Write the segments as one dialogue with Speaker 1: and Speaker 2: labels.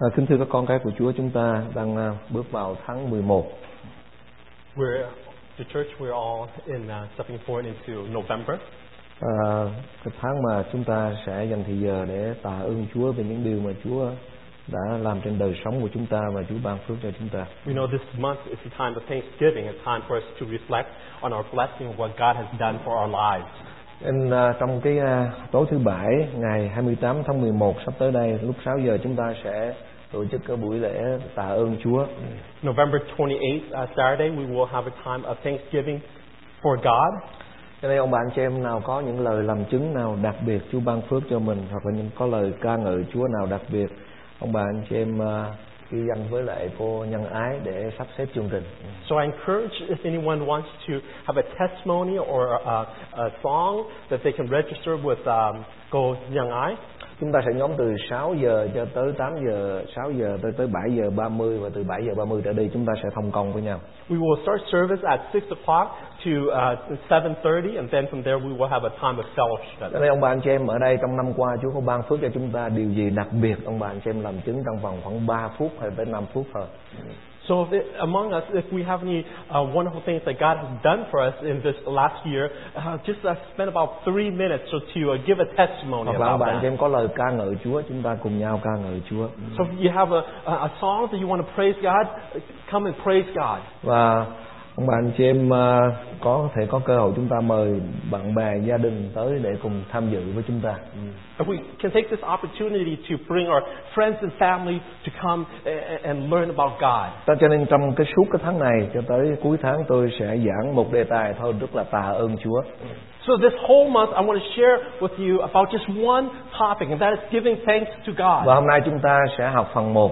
Speaker 1: À, kính thưa các con cái của Chúa chúng ta đang à, bước vào tháng 11
Speaker 2: We're the church. We're all in uh, stepping forward into November.
Speaker 1: à, cái tháng mà chúng ta sẽ dành thời giờ để tạ ơn Chúa về những điều mà Chúa đã làm trên đời sống của chúng ta và Chúa ban phước cho chúng ta.
Speaker 2: We know this month is a time of Thanksgiving, a time for us to reflect on our blessing of what God has done for our lives.
Speaker 1: Nên, à, trong cái à, tối thứ bảy ngày 28 tháng 11 sắp tới đây lúc 6 giờ chúng ta sẽ tổ chức cái buổi lễ tạ ơn Chúa.
Speaker 2: November 28th, uh, Saturday, we will have a time of Thanksgiving for God.
Speaker 1: Cho nên ông bà anh chị em nào có những lời làm chứng nào đặc biệt Chúa ban phước cho mình hoặc là những có lời ca ngợi Chúa nào đặc biệt ông bà anh chị em à, ghi danh với lại cô nhân ái để sắp xếp chương trình.
Speaker 2: So I encourage if anyone wants to have a testimony or a, a song that they can register with um, Go Young Ai.
Speaker 1: Chúng ta sẽ nhóm từ 6 giờ cho tới 8 giờ, 6 giờ tới tới 7 giờ 30 và từ 7 giờ 30 trở đi chúng ta sẽ thông công với nhau.
Speaker 2: We will start service at 6 o'clock to uh, 7.30, and then from there we will have a time of fellowship.
Speaker 1: Cho nên ông bà anh chị em ở đây trong năm qua Chúa có ban phước cho chúng ta điều gì đặc biệt ông bà anh chị em làm chứng trong vòng khoảng 3 phút hay tới 5 phút thôi.
Speaker 2: So if it, among us, if we have any uh, wonderful things that God has done for us in this last year, uh, just uh, spend about three minutes or to uh, give a testimony
Speaker 1: Hoặc là ông
Speaker 2: about
Speaker 1: bà anh chị
Speaker 2: that.
Speaker 1: em có lời ca ngợi Chúa chúng ta cùng nhau ca ngợi Chúa.
Speaker 2: So if you have a, a a song that you want to praise God, uh, come and praise God.
Speaker 1: Và ông bà anh chị em à, có thể có cơ hội chúng ta mời bạn bè gia đình tới để cùng tham dự với chúng ta.
Speaker 2: If we can take this opportunity to bring our friends and family to come a- a- and learn about God.
Speaker 1: Ta cho nên trong cái suốt cái tháng này cho tới cuối tháng tôi sẽ giảng một đề tài thôi rất là tạ ơn Chúa.
Speaker 2: So this whole month, I want to share with you about just one topic, and that is giving thanks to God.
Speaker 1: Và hôm nay chúng ta sẽ học phần 1.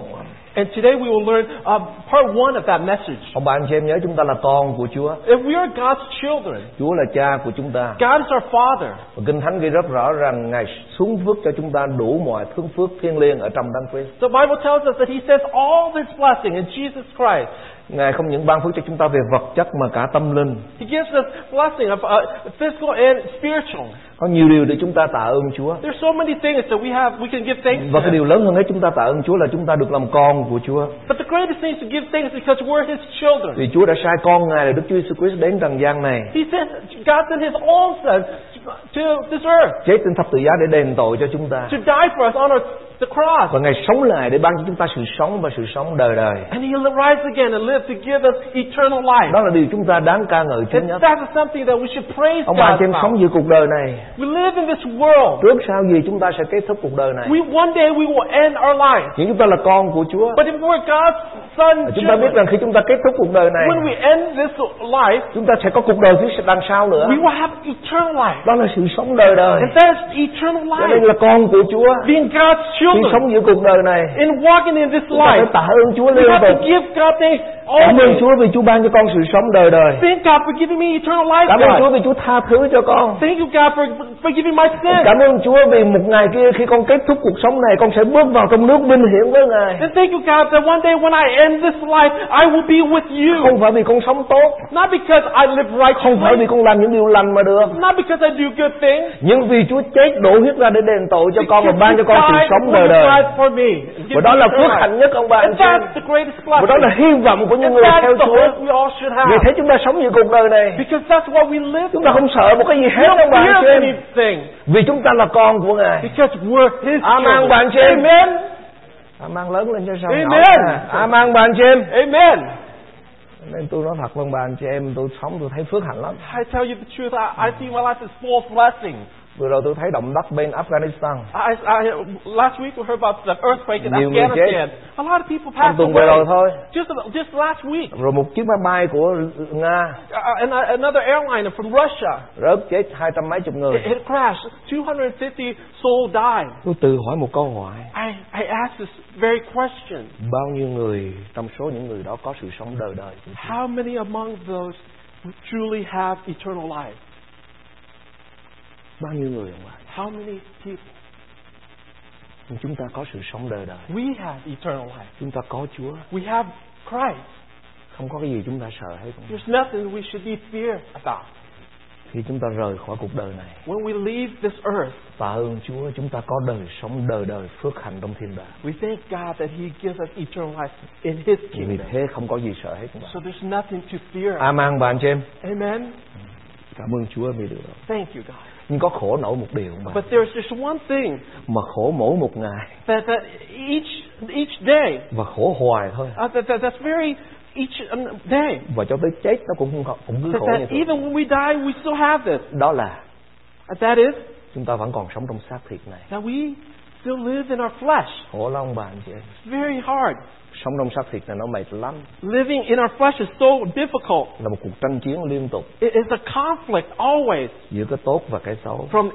Speaker 2: And today we will learn uh, part one of that message.
Speaker 1: Ông bà anh chị em nhớ chúng ta là con của Chúa,
Speaker 2: If we are God's children,
Speaker 1: Chúa là cha của chúng ta.
Speaker 2: God is our Father.
Speaker 1: Và Kinh Thánh ghi rất rõ rằng Ngài xuống phước cho chúng ta đủ mọi thương phước thiêng liêng ở trong Đấng Christ.
Speaker 2: The Bible tells us that He sends all this blessing in Jesus Christ.
Speaker 1: Ngài không những ban phước cho chúng ta về vật chất mà cả tâm linh.
Speaker 2: He gives us blessing of uh, physical and spiritual.
Speaker 1: Có nhiều điều để chúng ta tạ ơn Chúa.
Speaker 2: There's so many things that we have we can give thanks.
Speaker 1: Và cái
Speaker 2: To.
Speaker 1: điều lớn hơn hết chúng ta tạ ơn Chúa là chúng ta được làm con của Chúa.
Speaker 2: But the greatest thing is to give thanks because we're His children.
Speaker 1: Vì Chúa đã sai con Ngài là Đức Chúa Jesus Christ đến trần gian này,
Speaker 2: He sent God sent His own Son to this earth
Speaker 1: chết trên thập tự giá để đền tội cho chúng ta.
Speaker 2: to die for us on our, the cross,
Speaker 1: Và Ngài sống lại để ban cho chúng ta sự sống và sự sống đời đời.
Speaker 2: and He rise again and live to give us eternal life.
Speaker 1: Đó là điều chúng ta đáng ca ngợi Chúa
Speaker 2: And
Speaker 1: nhất.
Speaker 2: that is something that we should praise
Speaker 1: Ông bà anh
Speaker 2: God
Speaker 1: chị em
Speaker 2: about.
Speaker 1: sống giữa cuộc đời này,
Speaker 2: We live in this world.
Speaker 1: trước sau gì chúng ta sẽ kết thúc cuộc đời này.
Speaker 2: We one day we will end our life.
Speaker 1: Nhưng chúng ta là con của Chúa.
Speaker 2: But if we're God's son,
Speaker 1: Chúng ta biết
Speaker 2: children,
Speaker 1: rằng khi chúng ta kết thúc cuộc đời này,
Speaker 2: when we end this life,
Speaker 1: chúng ta sẽ có cuộc đời phía đằng sau nữa.
Speaker 2: we will have eternal life.
Speaker 1: Đó là sự sống đời đời.
Speaker 2: And that is eternal
Speaker 1: Cho nên
Speaker 2: life.
Speaker 1: là con của Chúa,
Speaker 2: Being God's
Speaker 1: khi
Speaker 2: children
Speaker 1: sống giữa cuộc đời này,
Speaker 2: and walking in this
Speaker 1: chúng ta phải
Speaker 2: life,
Speaker 1: tạ ơn Chúa
Speaker 2: we
Speaker 1: liên
Speaker 2: have
Speaker 1: tục.
Speaker 2: to give God thanks
Speaker 1: Cảm ơn
Speaker 2: always.
Speaker 1: Chúa vì Chúa ban cho con sự sống đời đời.
Speaker 2: Thank God for giving me eternal life,
Speaker 1: Cảm ơn Chúa
Speaker 2: God.
Speaker 1: vì Chúa tha thứ cho con.
Speaker 2: Thank you, God, for forgiving my sin.
Speaker 1: Cảm ơn Chúa vì một ngày kia khi con kết thúc cuộc sống này con sẽ bước vào trong nước vinh hiển với Ngài.
Speaker 2: And thank you, God, that one day when I end this life, I will be with you.
Speaker 1: Không phải vì con sống tốt,
Speaker 2: Not because I live
Speaker 1: không phải vì
Speaker 2: righteously,
Speaker 1: con làm những điều lành mà được,
Speaker 2: not because I do good things,
Speaker 1: nhưng vì Chúa chết đổ huyết ra để đền tội cho con và ban cho con sự sống đời đời. Và đó là phước hạnh nhất ông bà anh
Speaker 2: And
Speaker 1: chị. em.
Speaker 2: that's the greatest
Speaker 1: Và đó
Speaker 2: blessing.
Speaker 1: là hy vọng của những
Speaker 2: And
Speaker 1: người
Speaker 2: that's
Speaker 1: theo
Speaker 2: the
Speaker 1: Chúa.
Speaker 2: hope we all should
Speaker 1: Vì
Speaker 2: have.
Speaker 1: thế chúng ta sống như cuộc đời này.
Speaker 2: Because that's what we live
Speaker 1: Chúng
Speaker 2: for.
Speaker 1: ta không sợ một cái gì
Speaker 2: We
Speaker 1: hết
Speaker 2: don't
Speaker 1: ông bà anh chị
Speaker 2: fear
Speaker 1: em.
Speaker 2: anything.
Speaker 1: Vì chúng ta là con của Ngài.
Speaker 2: Because we're His
Speaker 1: Amen, ông bà anh chị em.
Speaker 2: children. Amen.
Speaker 1: Amen lớn lên cho sao
Speaker 2: Amen.
Speaker 1: nhỏ. Amen bà anh chị em.
Speaker 2: Amen.
Speaker 1: Nên tôi nói thật với ông bà anh chị em tôi sống tôi thấy phước hạnh lắm.
Speaker 2: I tell you the truth, I, I see my life is full of blessings.
Speaker 1: Vừa rồi tôi thấy động đất bên Afghanistan.
Speaker 2: I, I, last week we heard about the earthquake in
Speaker 1: Nhiều người
Speaker 2: Afghanistan. A lot of people
Speaker 1: Trong
Speaker 2: passed
Speaker 1: tuần vừa rồi
Speaker 2: away.
Speaker 1: thôi.
Speaker 2: Just, just last week,
Speaker 1: Rồi một chiếc máy bay của Nga
Speaker 2: uh, and, uh, another airliner from Russia,
Speaker 1: rớt chết hai trăm mấy chục người.
Speaker 2: it, it crashed. 250 souls died.
Speaker 1: Tôi tự hỏi một câu hỏi.
Speaker 2: I, I asked this very question.
Speaker 1: Bao nhiêu người trong số những người đó có sự sống đời đời?
Speaker 2: How many among those truly have eternal life?
Speaker 1: Bao nhiêu người ông bà?
Speaker 2: How many people?
Speaker 1: Nhưng Chúng ta có sự sống đời đời.
Speaker 2: We have eternal life.
Speaker 1: Chúng ta có Chúa.
Speaker 2: We have Christ.
Speaker 1: Không có cái gì chúng ta sợ hết.
Speaker 2: There's nothing we should be fear about.
Speaker 1: khi chúng ta rời khỏi cuộc đời này
Speaker 2: When we leave this earth,
Speaker 1: tạ ơn Chúa chúng ta có đời sống đời đời phước hạnh trong thiên đàng
Speaker 2: we thank God that He gives us eternal life in His
Speaker 1: vì
Speaker 2: kingdom.
Speaker 1: thế không có gì sợ hết các bạn
Speaker 2: So there's nothing to fear.
Speaker 1: Amen bạn chị em
Speaker 2: Amen.
Speaker 1: cảm ơn Chúa vì điều đó
Speaker 2: Thank you, God.
Speaker 1: nhưng có khổ nổi một điều không bạn
Speaker 2: But there's just one thing
Speaker 1: mà khổ mỗi một ngày
Speaker 2: that, that each each day
Speaker 1: và khổ hoài thôi
Speaker 2: uh, that, that that's very each um, day
Speaker 1: và cho tới chết nó cũng không có- cũng cứ
Speaker 2: that,
Speaker 1: khổ như
Speaker 2: that
Speaker 1: thế
Speaker 2: even when we die we still have this.
Speaker 1: đó là
Speaker 2: And that is
Speaker 1: chúng ta vẫn còn sống trong xác thịt này
Speaker 2: that we still live in our flesh.
Speaker 1: khổ lắm ông bà anh chị em
Speaker 2: It's very hard.
Speaker 1: sống trong xác thịt này nó mệt lắm
Speaker 2: Living in our flesh is so difficult.
Speaker 1: là một cuộc tranh chiến liên tục
Speaker 2: It is a conflict always
Speaker 1: giữa cái tốt và cái xấu
Speaker 2: from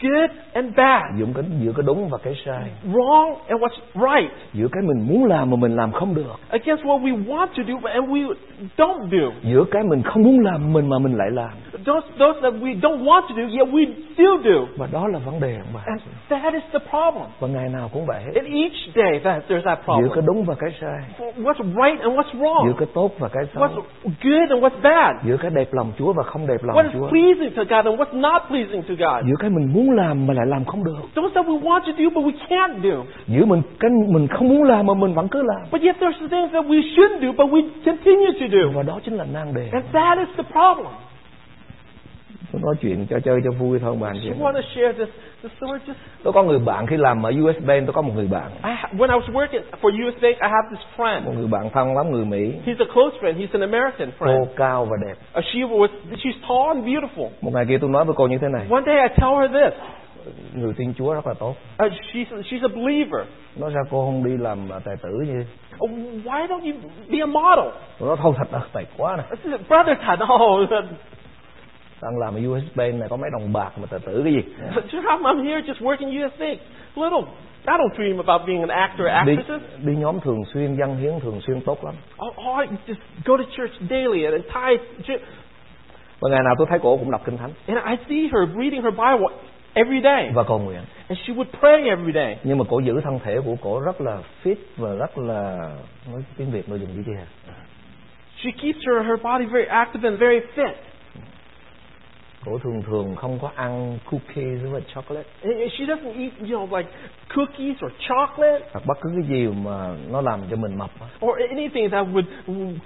Speaker 2: good and bad,
Speaker 1: giữa cái giữa cái đúng và cái sai
Speaker 2: wrong and what's right,
Speaker 1: giữa cái mình muốn làm mà mình làm không được
Speaker 2: against what we want to do but- and we don't do.
Speaker 1: giữa cái mình không muốn làm mình mà mình lại làm
Speaker 2: Those, those that we don't want to do, yet we still do.
Speaker 1: và đó là vấn đề mà
Speaker 2: And that is the problem.
Speaker 1: và ngày nào cũng vậy hết
Speaker 2: And each day that there's that
Speaker 1: giữa cái
Speaker 2: problem.
Speaker 1: đúng và cái sai
Speaker 2: What's right and what's
Speaker 1: giữa
Speaker 2: wrong?
Speaker 1: cái tốt và cái xấu
Speaker 2: What's good and what's bad?
Speaker 1: giữa cái đẹp lòng Chúa và không đẹp lòng
Speaker 2: What is
Speaker 1: Chúa
Speaker 2: pleasing to God and what's not pleasing to God?
Speaker 1: giữa cái mình muốn làm mà lại làm không được
Speaker 2: Those that we want to do but we can't do.
Speaker 1: giữa mình cái mình không muốn làm mà mình vẫn cứ làm
Speaker 2: But yet there's the things that we should do but we continue to do.
Speaker 1: và đó chính là nan đề
Speaker 2: And that is the problem.
Speaker 1: tôi nói chuyện cho chơi cho vui thôi mà anh chị
Speaker 2: I want to share this. This story just
Speaker 1: tôi có người bạn khi làm ở US Bank tôi có một người bạn
Speaker 2: I ha- when I was working for US Bank, I have this
Speaker 1: một
Speaker 2: friend.
Speaker 1: người bạn thân lắm người Mỹ
Speaker 2: He's a close friend. He's an American
Speaker 1: cô
Speaker 2: friend.
Speaker 1: cao và đẹp
Speaker 2: Uh, She was she's tall and beautiful.
Speaker 1: một ngày kia tôi nói với cô như thế này
Speaker 2: One day I tell her this.
Speaker 1: người tin Chúa rất là tốt
Speaker 2: Uh, she's she's a believer.
Speaker 1: nói ra cô không đi làm à, tài tử như
Speaker 2: Oh, Why don't you be a model?
Speaker 1: tôi nói thôi thật là mệt quá nè
Speaker 2: I said, Brother Todd, oh,
Speaker 1: đang làm ở US Bank này có mấy đồng bạc mà tài tử cái gì
Speaker 2: just, I'm, I'm here just working US Bank. Little, I don't dream about being an actor or
Speaker 1: đi
Speaker 2: actress.
Speaker 1: đi nhóm thường xuyên dân hiến thường xuyên tốt lắm
Speaker 2: Oh, oh, I just go to church daily and, and tie.
Speaker 1: và ngày nào tôi thấy cô cũng đọc kinh thánh
Speaker 2: And I see her reading her Bible every day.
Speaker 1: và cầu nguyện
Speaker 2: And she would pray every day.
Speaker 1: nhưng mà cổ giữ thân thể của cổ rất là fit và rất là nói tiếng Việt nội dùng như thế nào?
Speaker 2: She keeps her, her body very active and very fit.
Speaker 1: cổ thường thường không có ăn cookies với chocolate
Speaker 2: And- and she doesn't eat, you know, like cookies or chocolate
Speaker 1: hoặc bất cứ cái gì mà nó làm cho mình mập á.
Speaker 2: or anything that would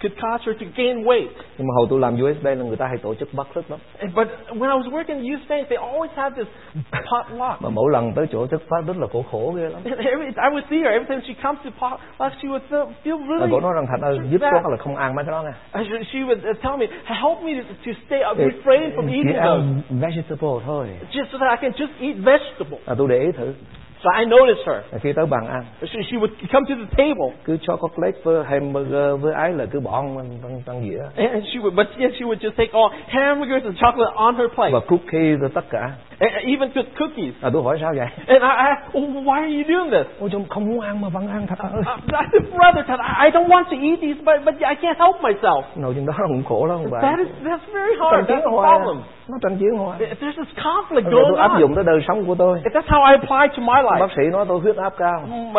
Speaker 2: could cause her to gain weight.
Speaker 1: nhưng mà hồi tôi làm USB là người ta hay tổ chức breakfast lắm
Speaker 2: And- But when I was working at youth bank, they always had this potluck.
Speaker 1: mà mỗi lần tới chỗ thức phát rất là khổ khổ ghê lắm
Speaker 2: And every, I would see her every time she comes to potluck, she would feel, feel
Speaker 1: mà
Speaker 2: really.
Speaker 1: cổ nói rằng thành ơi giúp con là không ăn mấy cái đó nha
Speaker 2: And she- She would uh, tell me, help me to, to stay uh,
Speaker 1: Ừ,
Speaker 2: refrain from
Speaker 1: chỉ
Speaker 2: eating those,
Speaker 1: ăn vegetable thôi
Speaker 2: just so that I can just eat vegetables.
Speaker 1: à, tôi để ý thử
Speaker 2: So I noticed her.
Speaker 1: Rồi khi tới bàn ăn
Speaker 2: She, she would come to the table.
Speaker 1: cứ chocolate với hamburger với ấy là cứ bỏ ăn tăng, tăng dĩa
Speaker 2: And she would, but yeah, she would just take all hamburgers and chocolate on her plate,
Speaker 1: và cookie rồi tất cả
Speaker 2: and even took cookies.
Speaker 1: à, tôi hỏi sao vậy
Speaker 2: And I asked, well, why are you doing this?
Speaker 1: ôi chồng không muốn ăn mà vẫn ăn thật ơi
Speaker 2: Uh, I said, brother, Todd, I I don't want to eat these, but but I can't help myself.
Speaker 1: nội dung đó là cũng khổ lắm bà
Speaker 2: That is that's very
Speaker 1: tranh
Speaker 2: hard.
Speaker 1: chiến
Speaker 2: That's a
Speaker 1: hoài à.
Speaker 2: problem.
Speaker 1: nó tranh chiến hoài
Speaker 2: If There's this conflict
Speaker 1: Bây giờ
Speaker 2: going
Speaker 1: tôi áp
Speaker 2: on.
Speaker 1: dụng tới đời sống của tôi
Speaker 2: If that's how I apply to my
Speaker 1: bác
Speaker 2: life,
Speaker 1: sĩ nói tôi huyết áp cao
Speaker 2: Mm, uh, um,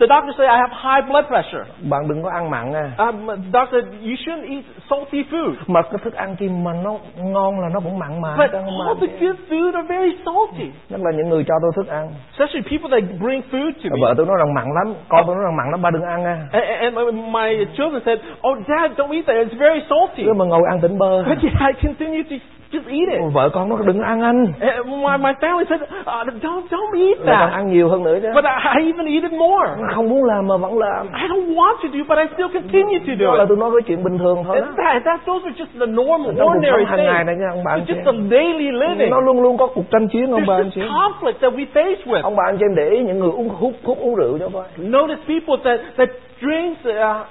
Speaker 2: the doctor said I have high blood pressure.
Speaker 1: bạn đừng có ăn mặn nha
Speaker 2: Um, the doctor, said, you shouldn't eat salty food.
Speaker 1: mà cái thức ăn kia mà nó ngon là nó cũng mặn mà
Speaker 2: But
Speaker 1: chứ không
Speaker 2: all
Speaker 1: mặn
Speaker 2: the
Speaker 1: chứ.
Speaker 2: good food are very salty,
Speaker 1: Nhất là những người cho tôi thức ăn
Speaker 2: especially people that bring food to me.
Speaker 1: Vợ tôi nói rằng mặn lắm Con tôi nói rằng mặn lắm ba đừng ăn nha
Speaker 2: And, and my children said, "Oh, Dad, don't eat that. It's very salty."
Speaker 1: Cứ mà ngồi ăn tỉnh bơ
Speaker 2: But yeah, I continued to just eat it.
Speaker 1: Vợ con nói đừng ăn anh
Speaker 2: And my my family said, uh, "Don't don't eat
Speaker 1: Là còn
Speaker 2: that."
Speaker 1: ăn nhiều hơn nữa chứ
Speaker 2: But I, I even eat it more.
Speaker 1: Nó Không muốn làm mà vẫn làm
Speaker 2: I don't want to do, but I still continue to do
Speaker 1: Đó là
Speaker 2: it.
Speaker 1: tôi nói cái chuyện bình thường thôi đó
Speaker 2: And that, that those are just the normal,
Speaker 1: Trong cuộc
Speaker 2: ordinary
Speaker 1: sống hàng ngày này
Speaker 2: things.
Speaker 1: nha ông bà anh
Speaker 2: It's
Speaker 1: chị
Speaker 2: just
Speaker 1: em.
Speaker 2: the daily living.
Speaker 1: Nó luôn luôn có cuộc tranh chiến ông bà anh
Speaker 2: There's
Speaker 1: chị
Speaker 2: this
Speaker 1: em.
Speaker 2: conflict that we face with.
Speaker 1: Ông bà anh chị em để ý những người uống hút hút uống rượu cho coi
Speaker 2: Notice people that that drinks. Uh,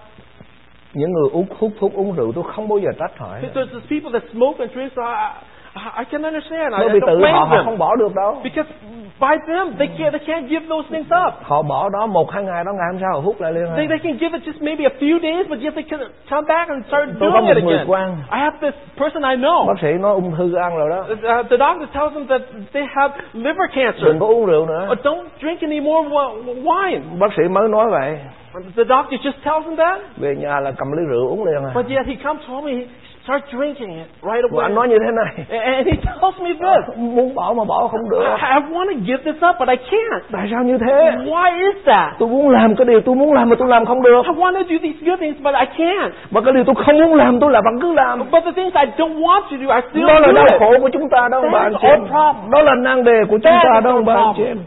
Speaker 1: Những người uống hút thuốc uống rượu tôi không bao giờ trách họ
Speaker 2: there's these people that smoke and drink. So I, I I can understand. I,
Speaker 1: Bởi
Speaker 2: I
Speaker 1: vì
Speaker 2: don't
Speaker 1: tự họ
Speaker 2: blame
Speaker 1: họ
Speaker 2: them.
Speaker 1: không bỏ được đâu
Speaker 2: Because by them, they can't, they can't give those things up.
Speaker 1: Họ bỏ đó một hai ngày đó ngày hôm sau họ hút lại liền
Speaker 2: They,
Speaker 1: à.
Speaker 2: they can give it just maybe a few days, but yet they can come back and start
Speaker 1: Tôi có
Speaker 2: doing
Speaker 1: một
Speaker 2: it
Speaker 1: người
Speaker 2: again.
Speaker 1: quan
Speaker 2: I have this person I know.
Speaker 1: Bác sĩ nói ung thư ăn rồi đó
Speaker 2: Uh, the doctor tells them that they have liver cancer.
Speaker 1: Đừng có uống rượu nữa
Speaker 2: Uh, don't drink any more w- wine.
Speaker 1: Bác sĩ mới nói vậy
Speaker 2: The doctor just tells them that,
Speaker 1: Về nhà là cầm ly rượu uống liền à
Speaker 2: Ờ, but yet he comes home and he start drinking it right
Speaker 1: Và
Speaker 2: away.
Speaker 1: anh nói như thế này
Speaker 2: And he tells me this.
Speaker 1: Muốn bỏ mà bỏ không được
Speaker 2: I, I want to give this up, but I can't.
Speaker 1: Tại sao như thế
Speaker 2: Why is that?
Speaker 1: Tôi muốn làm cái điều tôi muốn làm mà tôi làm không được
Speaker 2: I want to do these good things, but I can't.
Speaker 1: Và cái điều tôi không muốn làm tôi là vẫn cứ làm
Speaker 2: But the things I don't want to do, I still
Speaker 1: Đó là
Speaker 2: do
Speaker 1: đau
Speaker 2: it.
Speaker 1: khổ của chúng ta đó ông bà
Speaker 2: That
Speaker 1: anh
Speaker 2: is
Speaker 1: chị
Speaker 2: our
Speaker 1: em
Speaker 2: problem.
Speaker 1: Đó là nan đề của chúng
Speaker 2: That
Speaker 1: ta
Speaker 2: is
Speaker 1: đó ông
Speaker 2: our
Speaker 1: bà anh chị
Speaker 2: problem.
Speaker 1: em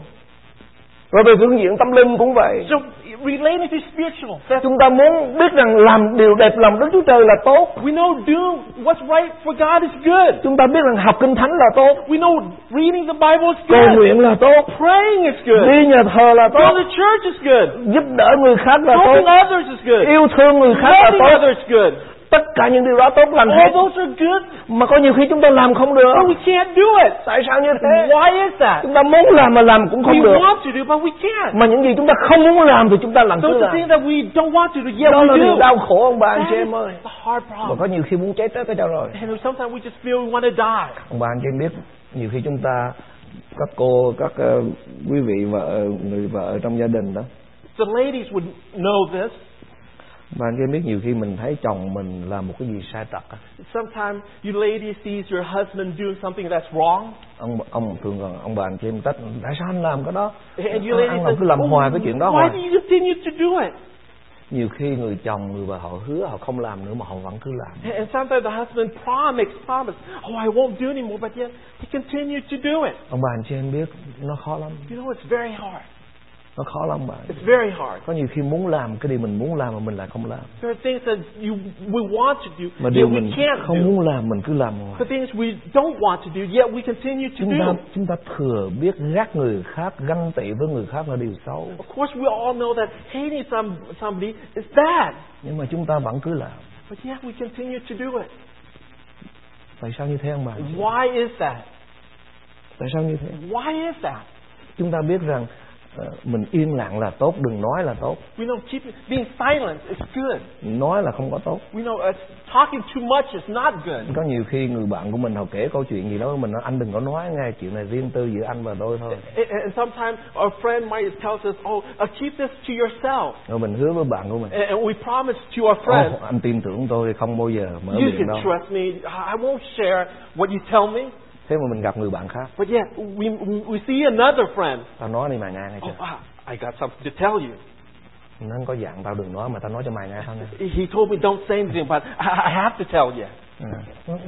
Speaker 1: Rồi về phương diện tâm linh cũng vậy
Speaker 2: So relating to spiritual, that's-
Speaker 1: Chúng ta muốn biết rằng làm điều đẹp lòng Đức Chúa Trời là tốt
Speaker 2: we know doing what's right for God is good.
Speaker 1: Chúng ta biết rằng học Kinh Thánh là tốt
Speaker 2: We know reading the Bible is
Speaker 1: Cầu
Speaker 2: good.
Speaker 1: nguyện là tốt
Speaker 2: Praying is good.
Speaker 1: Đi nhà thờ là tốt
Speaker 2: Going to church is good.
Speaker 1: Giúp đỡ người khác là
Speaker 2: Helping
Speaker 1: tốt
Speaker 2: others is good.
Speaker 1: Yêu thương người khác là
Speaker 2: Loving
Speaker 1: tốt
Speaker 2: others is good.
Speaker 1: Tất cả những điều đó tốt lành hết
Speaker 2: All those are good,
Speaker 1: Mà có nhiều khi chúng ta làm không được
Speaker 2: but we can't do it.
Speaker 1: Tại sao như thế
Speaker 2: Why is that?
Speaker 1: Chúng ta muốn làm mà làm cũng
Speaker 2: We
Speaker 1: không được
Speaker 2: want to do, but we can't.
Speaker 1: Mà những gì chúng ta không muốn làm thì chúng ta làm cứ
Speaker 2: Those are
Speaker 1: làm
Speaker 2: things that we don't want to do, yet
Speaker 1: Đó
Speaker 2: we
Speaker 1: là điều
Speaker 2: do.
Speaker 1: đau khổ ông bà anh
Speaker 2: That
Speaker 1: chị
Speaker 2: is
Speaker 1: em ơi
Speaker 2: the hard
Speaker 1: Mà
Speaker 2: problem.
Speaker 1: có nhiều khi muốn chết tới cái đâu rồi
Speaker 2: And sometimes we just feel we want to die.
Speaker 1: Ông bà anh chị em biết Nhiều khi chúng ta Các cô, các ờ, quý vị vợ Người vợ trong gia đình đó
Speaker 2: The ladies would know this.
Speaker 1: Bà anh chị em biết nhiều khi mình thấy chồng mình làm một cái gì sai trật á.
Speaker 2: Sometimes you ladies sees your husband doing something that's wrong,
Speaker 1: Ông ông thường còn ông bà anh chị em trách Tại sao anh làm cái đó
Speaker 2: and you
Speaker 1: Ăn-
Speaker 2: ladies
Speaker 1: Ăn
Speaker 2: say,
Speaker 1: làm cứ Ah, làm
Speaker 2: "Oh,
Speaker 1: hoài cái chuyện đó
Speaker 2: Why
Speaker 1: hoài
Speaker 2: do you continue to do it?
Speaker 1: Nhiều khi người chồng, người vợ họ hứa họ không làm nữa mà họ vẫn cứ làm
Speaker 2: And sometimes the husband promise, promise, oh, I won't do anymore, but yet he continues to do it.
Speaker 1: Ông bà anh chị em biết nó khó lắm
Speaker 2: You know, it's very hard.
Speaker 1: Nó khó lắm bạn
Speaker 2: It's very hard.
Speaker 1: Có nhiều khi muốn làm cái điều mình muốn làm mà mình lại không làm
Speaker 2: There are things that you we want to do,
Speaker 1: Mà
Speaker 2: yet
Speaker 1: điều
Speaker 2: we
Speaker 1: mình
Speaker 2: can't
Speaker 1: không
Speaker 2: do.
Speaker 1: muốn làm mình cứ làm hoài
Speaker 2: The things we don't want to do, yet we continue to
Speaker 1: Chúng ta,
Speaker 2: do.
Speaker 1: chúng ta thừa biết gác người khác, ganh tị với người khác là điều xấu
Speaker 2: Of course, we all know that hating some, somebody is bad,
Speaker 1: Nhưng mà chúng ta vẫn cứ làm
Speaker 2: but yet we continue to do it.
Speaker 1: Tại sao như thế ông bà? anh chị?
Speaker 2: Why is that?
Speaker 1: Tại sao như thế?
Speaker 2: Why is that?
Speaker 1: Chúng ta biết rằng ờ, mình im lặng là tốt, đừng nói là tốt
Speaker 2: We know keep, being silent is good.
Speaker 1: Nói là không có tốt
Speaker 2: We know uh, talking too much is not good.
Speaker 1: Có nhiều khi người bạn của mình họ kể câu chuyện gì đó với mình nói Anh đừng có nói nghe chuyện này riêng tư giữa anh và tôi thôi
Speaker 2: And, and sometimes our friend might tell us, "Oh, uh, keep this to yourself,"
Speaker 1: Rồi mình hứa với bạn của mình
Speaker 2: and, and we promise to our friend,
Speaker 1: "Ô, Anh tin tưởng tôi không bao giờ mở
Speaker 2: "You
Speaker 1: miệng
Speaker 2: can
Speaker 1: đâu
Speaker 2: trust me. I I won't share what you tell me."
Speaker 1: Thế mà mình gặp người bạn khác
Speaker 2: But yet we we see another friend.
Speaker 1: Tao nói đi mày nghe nghe
Speaker 2: Oh,
Speaker 1: chưa
Speaker 2: wow, I got something to tell you.
Speaker 1: Nó có dạng tao đừng nói mà tao nói cho mày nghe thôi nè
Speaker 2: He told me don't say anything, but I, I have to tell you.
Speaker 1: Ừ.